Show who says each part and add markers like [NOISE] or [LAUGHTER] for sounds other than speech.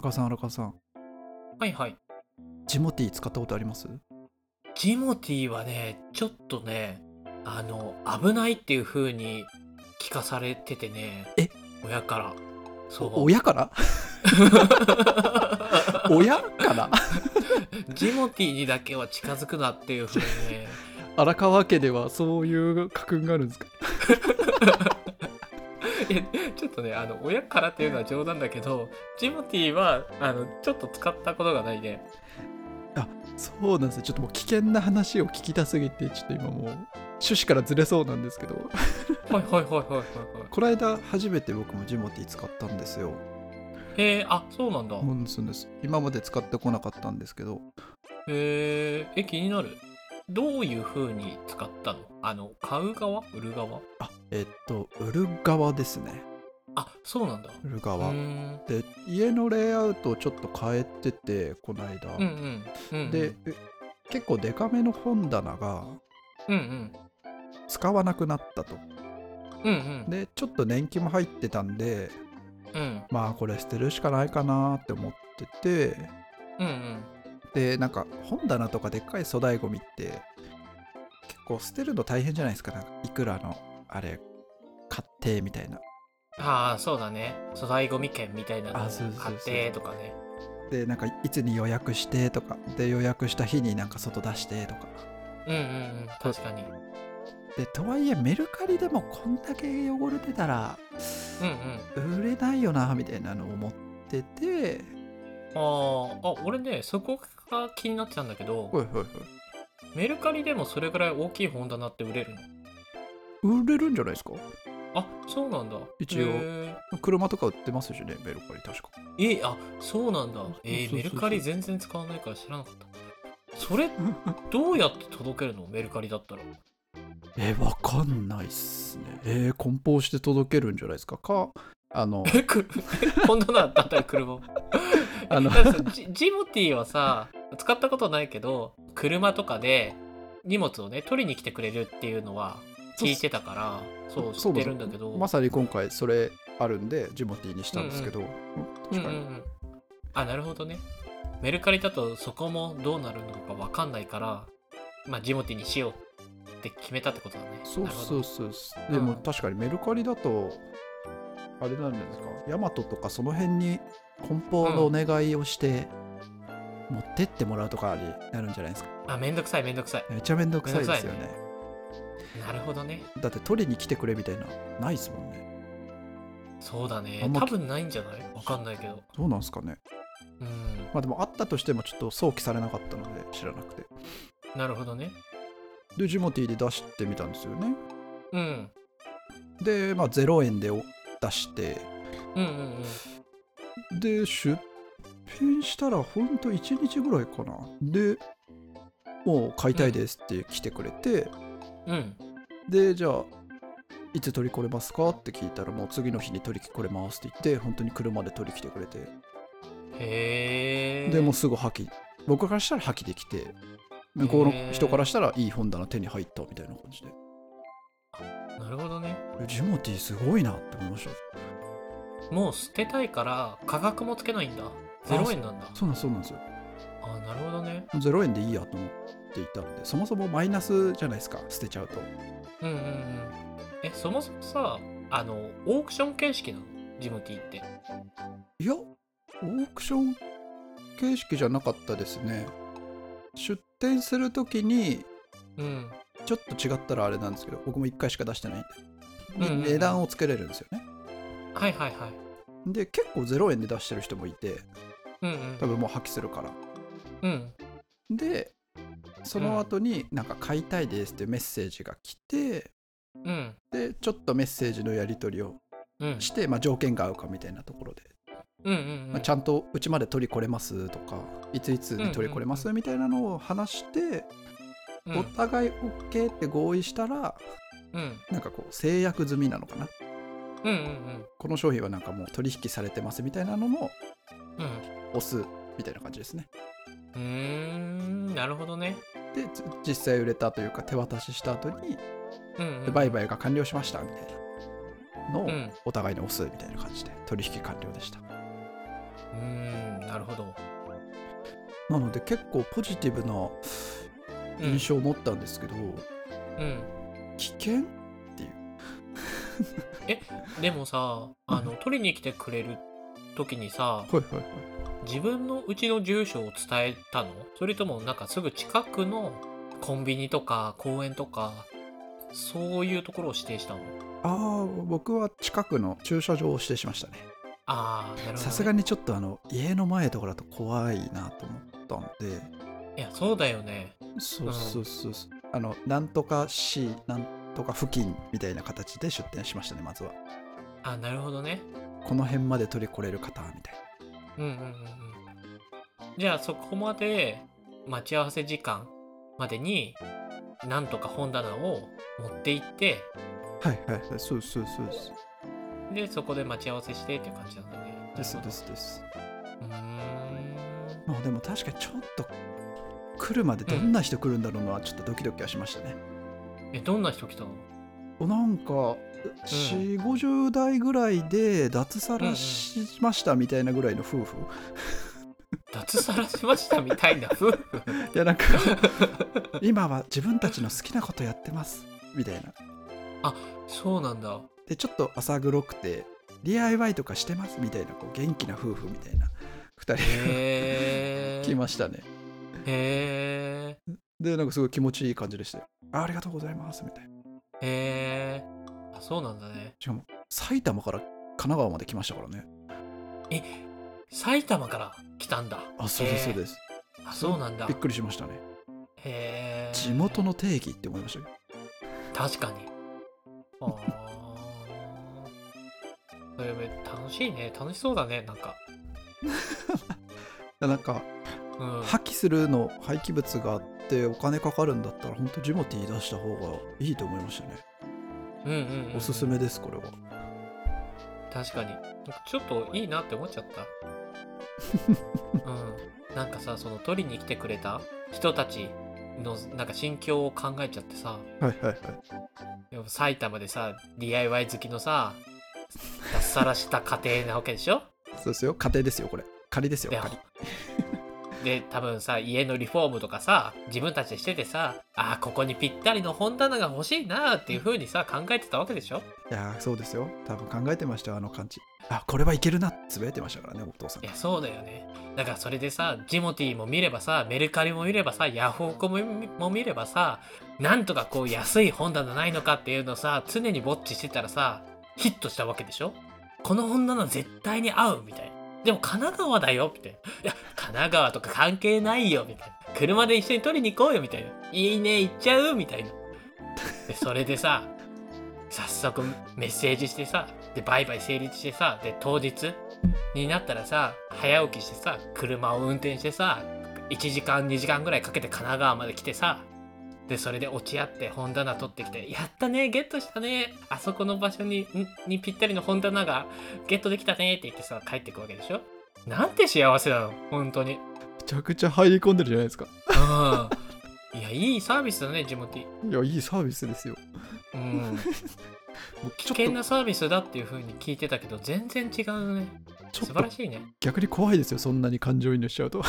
Speaker 1: 川さん荒川さん
Speaker 2: はいはい。
Speaker 1: ジモティー使ったことあります
Speaker 2: ジモティーはね、ちょっとね、あの、危ないっていう風に聞かされててね。
Speaker 1: え
Speaker 2: 親から。そう。
Speaker 1: 親から
Speaker 2: [LAUGHS]
Speaker 1: 親から
Speaker 2: ジモティーにだけは近づくなっていう風にね。
Speaker 1: 荒川家ではそういう家訓があるんですか
Speaker 2: いやちょっとね、あの、親からっていうのは冗談だけど、ジモティーは、あの、ちょっと使ったことがないね。
Speaker 1: そうなんですよちょっともう危険な話を聞きたすぎてちょっと今もう趣旨からずれそうなんですけど
Speaker 2: はいはいはいはいはいはい。
Speaker 1: この間初めて僕もジモティー使ったんですよ
Speaker 2: へえ、あ、そうなんだ。へ
Speaker 1: うんそうです今まで使ってこなかったんですけど
Speaker 2: え、え、気になる。どういう風に使ったのあの、買う側売る側
Speaker 1: あえっと売る側ですね
Speaker 2: あ、そうなんだ。
Speaker 1: 売る
Speaker 2: う
Speaker 1: 側、
Speaker 2: ーん。
Speaker 1: で家のレイアウトをちょっと変えててこの間、
Speaker 2: うんうん。うんうん、
Speaker 1: でえ結構デカめの本棚が
Speaker 2: うんうん。
Speaker 1: 使わなくなったと
Speaker 2: うんうん。
Speaker 1: でちょっと年季も入ってたんで
Speaker 2: うん
Speaker 1: まあこれ捨てるしかないかなって思ってて
Speaker 2: うんうん。
Speaker 1: でなんか本棚とかでっかい粗大ゴミって結構捨てるの大変じゃないですかなんかいくらのあれ買ってみたいな
Speaker 2: ああ、そうだね。粗大ゴミ券みたいなの
Speaker 1: あそうそうそう
Speaker 2: 買ってとかね。
Speaker 1: でなんかいつに予約してとかで予約した日になんか外出してとか
Speaker 2: うんうんうん。確かに。
Speaker 1: でとはいえメルカリでもこんだけ汚れてたら
Speaker 2: うんうん。
Speaker 1: 売れないよなみたいなのを思ってて
Speaker 2: あーあ、俺ね、そこが気になってたんだけど、
Speaker 1: ほいほいほい
Speaker 2: メルカリでもそれぐらい大きい本棚って売れるの
Speaker 1: 売れるんじゃないですか
Speaker 2: あ、そうなんだ。
Speaker 1: 一応
Speaker 2: へー
Speaker 1: 車とか売ってますしねメルカリ確か
Speaker 2: え、あ、そうなんだ。え
Speaker 1: そうそうそうそ
Speaker 2: ー
Speaker 1: う
Speaker 2: メルカリ全然使わないから知らなかった。
Speaker 1: [LAUGHS]
Speaker 2: それ、どうやって届けるのメルカリだったら。
Speaker 1: えわかんないっすねえー、梱包して届けるんじゃないですかかあの
Speaker 2: え、く、 [LAUGHS] 本棚だったら車を。
Speaker 1: あの
Speaker 2: だからさジジモティはさ使ったことないけど車とかで荷物をね取りに来てくれるっていうのは聞いてたからそう知
Speaker 1: そう
Speaker 2: ってるんだけど
Speaker 1: まさに今回それあるんでジモティーにしたんですけど、
Speaker 2: うん
Speaker 1: 確
Speaker 2: うんう
Speaker 1: かに、
Speaker 2: んあなるほどねメルカリだとそこもどうなるのかわかんないからまあジモティにしようって決めたってことだね
Speaker 1: そうそううそうそう
Speaker 2: うん
Speaker 1: でも確かにメルカリだとあれなんじゃないですかヤマトとかその辺に梱包のお願いをして持ってってもらうとかになるんじゃないですか
Speaker 2: あめんどくさいめんどくさい
Speaker 1: めちゃめんどくさいですよね
Speaker 2: めんなるほどね
Speaker 1: だって取りに来てくれみたいなないですもんね
Speaker 2: そうだ
Speaker 1: あ
Speaker 2: ね
Speaker 1: んま
Speaker 2: 多分ないんじゃないわかんないけど
Speaker 1: どうなんすかね
Speaker 2: うん
Speaker 1: まあでもあったとしてもちょっと想起されなかったので知らなくて
Speaker 2: なるほどね
Speaker 1: でジモティーで出してみたんですよね
Speaker 2: うん
Speaker 1: でまあ0円で出して
Speaker 2: うんうんうん
Speaker 1: で出品したらほんと1日ぐらいかなでもう買いたいですって来てくれて、
Speaker 2: うん
Speaker 1: でじゃあいつ取り来れますかって聞いたらもう次の日に取り来れますって言って本当に車で取り来てくれて
Speaker 2: へえ
Speaker 1: でもうすぐ破棄僕からしたら破棄できて向こうの人からしたらいい本棚手に入ったみたいな感じで
Speaker 2: なるほどね
Speaker 1: えジモティーすごいなって思いました
Speaker 2: もう捨てたいから価格もつけないんだ0円なんだ
Speaker 1: そうなんそうなんですよ
Speaker 2: あなるほどね
Speaker 1: 0円でいいやと思っていたのでそもそもマイナスじゃないですか捨てちゃうと
Speaker 2: うんうんうんえそもそもさあのオークション形式なのジムティーって
Speaker 1: いや、オークション形式じゃなかったですね。出店するときに、
Speaker 2: うん
Speaker 1: ちょっと違ったらあれなんですけど、僕も1回しか出してないんで、
Speaker 2: うんうんうん
Speaker 1: 値段をつけれるんですよね。
Speaker 2: はいはいはい
Speaker 1: で、結構0円で出してる人もいて、
Speaker 2: うんうん
Speaker 1: 多分もう破棄するから。
Speaker 2: うん
Speaker 1: で、その後になんか買いたいですっていうメッセージが来て、
Speaker 2: うん
Speaker 1: で、ちょっとメッセージのやり取りを
Speaker 2: うん
Speaker 1: して、まあ、条件が合うかみたいなところで、
Speaker 2: うんうんう
Speaker 1: まあ
Speaker 2: ん
Speaker 1: ちゃんとうちまで取り来れますとか、いついつに取り来れますみたいなのを話して、
Speaker 2: うん
Speaker 1: お互い OK って合意したら、
Speaker 2: うん
Speaker 1: なんかこう制約済みなのかな
Speaker 2: うんうん
Speaker 1: この商品はなんかもう取引されてますみたいなのも
Speaker 2: うんうん
Speaker 1: 押すみたいな感じですね
Speaker 2: うーんなるほどね
Speaker 1: でつ実際売れたというか手渡しした後に
Speaker 2: うんう
Speaker 1: で
Speaker 2: ん
Speaker 1: 売買が完了しましたみたいなのを
Speaker 2: うん
Speaker 1: お互いに押すみたいな感じで取引完了でした
Speaker 2: ーんなるほど、
Speaker 1: なので結構ポジティブな
Speaker 2: うん、
Speaker 1: 印象を持ったんですけど、
Speaker 2: うん
Speaker 1: 危険
Speaker 2: でもさあの取りに来てくれる時にさ
Speaker 1: はいはいはい
Speaker 2: 自分のうちの住所を伝えたのそれともなんかすぐ近くのコンビニとか公園とかそういうところを指定したの
Speaker 1: ああ僕は近くの駐車場を指定しましたね
Speaker 2: ああなるほどね
Speaker 1: さすがにちょっとあの家の前とかだと怖いなと思ったんで
Speaker 2: いやそうだよね
Speaker 1: そううんそうそうそうあのなんとか市なんとか付近みたいな形で出店しましたねまずは
Speaker 2: あなるほどね
Speaker 1: この辺まで取り来れる方みたいな
Speaker 2: うんうんうんうんじゃあそこまで待ち合わせ時間までになんとか本棚を持って行って
Speaker 1: はいはいはいそうそうそうです
Speaker 2: でそこで待ち合わせしてっていう感じなんだね
Speaker 1: ですですすです
Speaker 2: うーん
Speaker 1: まあでも確かにちょっと来るまでどんな人来るんだろうのはちょっとドキドキはしましたね、
Speaker 2: えどんな人来たの
Speaker 1: おなんか4 5 0代ぐらいで脱サラしましたみたいなぐらいの夫婦、
Speaker 2: 脱サラしましたみた
Speaker 1: [LAUGHS]
Speaker 2: いな夫婦
Speaker 1: いやなんか今は自分たちの好きなことやってますみたいな
Speaker 2: そうなんだ
Speaker 1: でちょっと浅黒くて DIY とかしてますみたいなこう元気な夫婦みたいな2人が
Speaker 2: へ
Speaker 1: 来
Speaker 2: え
Speaker 1: ましたね
Speaker 2: へ
Speaker 1: でなんかすごい気持ちいい感じでしたよあありがとうございますみたいな
Speaker 2: えへえあそうなんだね
Speaker 1: しかも埼玉から神奈川まで来ましたからね
Speaker 2: 埼玉から来たんだ
Speaker 1: あそうですそ
Speaker 2: へえ
Speaker 1: うです
Speaker 2: あそうなんだ
Speaker 1: びっくりしましたね
Speaker 2: へえ
Speaker 1: 地元の定義って思いましたけど
Speaker 2: 確かにあーそれめ楽しいね楽しそうだねなんか
Speaker 1: いやなんか
Speaker 2: うん
Speaker 1: 破棄するの廃棄物があってお金かかるんだったら本当ジモティー出した方がいいと思いましたね
Speaker 2: うんうんうん
Speaker 1: おすすめですこれは
Speaker 2: 確かにちょっといいなって思っちゃったうんなんかさその取りに来てくれた人たちのなんか心境を考えちゃってさ
Speaker 1: はいはいはい
Speaker 2: やっぱ埼玉でさ DIY 好きのさ脱サラした家庭なわけでしょ
Speaker 1: そうですよ家庭ですよこれ仮ですよ
Speaker 2: で
Speaker 1: 仮
Speaker 2: で多分さ家のリフォームとかさ自分たちでしててさあーここにぴったりの本棚が欲しいなーっていう風にさ考えてたわけでしょ
Speaker 1: いやーそうですよ多分考えてましたよあの感じあこれはいけるなつぶやいてましたからねお父さん
Speaker 2: い
Speaker 1: が
Speaker 2: やそうだよねだからそれでさジモティーも見ればさメルカリも見ればさヤフオクもも見ればさなんとかこう安い本棚ないのかっていうのをさ常にぼっちしてたらさヒットしたわけでしょこの本棚絶対に合うみたいなでも神奈川だよみたいないや神奈川とか関係ないよみたいな車で一緒に取りに行こうよみたいないいね行っちゃうみたいなでそれでさ早速メッセージしてさでバイバイ成立してさで当日になったらさ早起きしてさ車を運転してさ1時間2時間ぐらいかけて神奈川まで来てさでそれで落ち合って本棚取ってきて「やったねゲットしたねあそこの場所にんにぴったりの本棚がゲットできたね」って言ってさ帰ってくわけでしょなんて幸せなの本当に
Speaker 1: めちゃくちゃ入り込んでるじゃないですか
Speaker 2: うんいやいいサービスだね地元
Speaker 1: いやいいサービスですよ [LAUGHS]
Speaker 2: うん
Speaker 1: 僕
Speaker 2: 危
Speaker 1: ちょっと
Speaker 2: 険なサービスだっていう風に聞いてたけど全然違うね
Speaker 1: ちょ
Speaker 2: 素
Speaker 1: っ
Speaker 2: 晴
Speaker 1: と
Speaker 2: らしいね
Speaker 1: 逆に怖いですよそんなに感情移入しちゃうと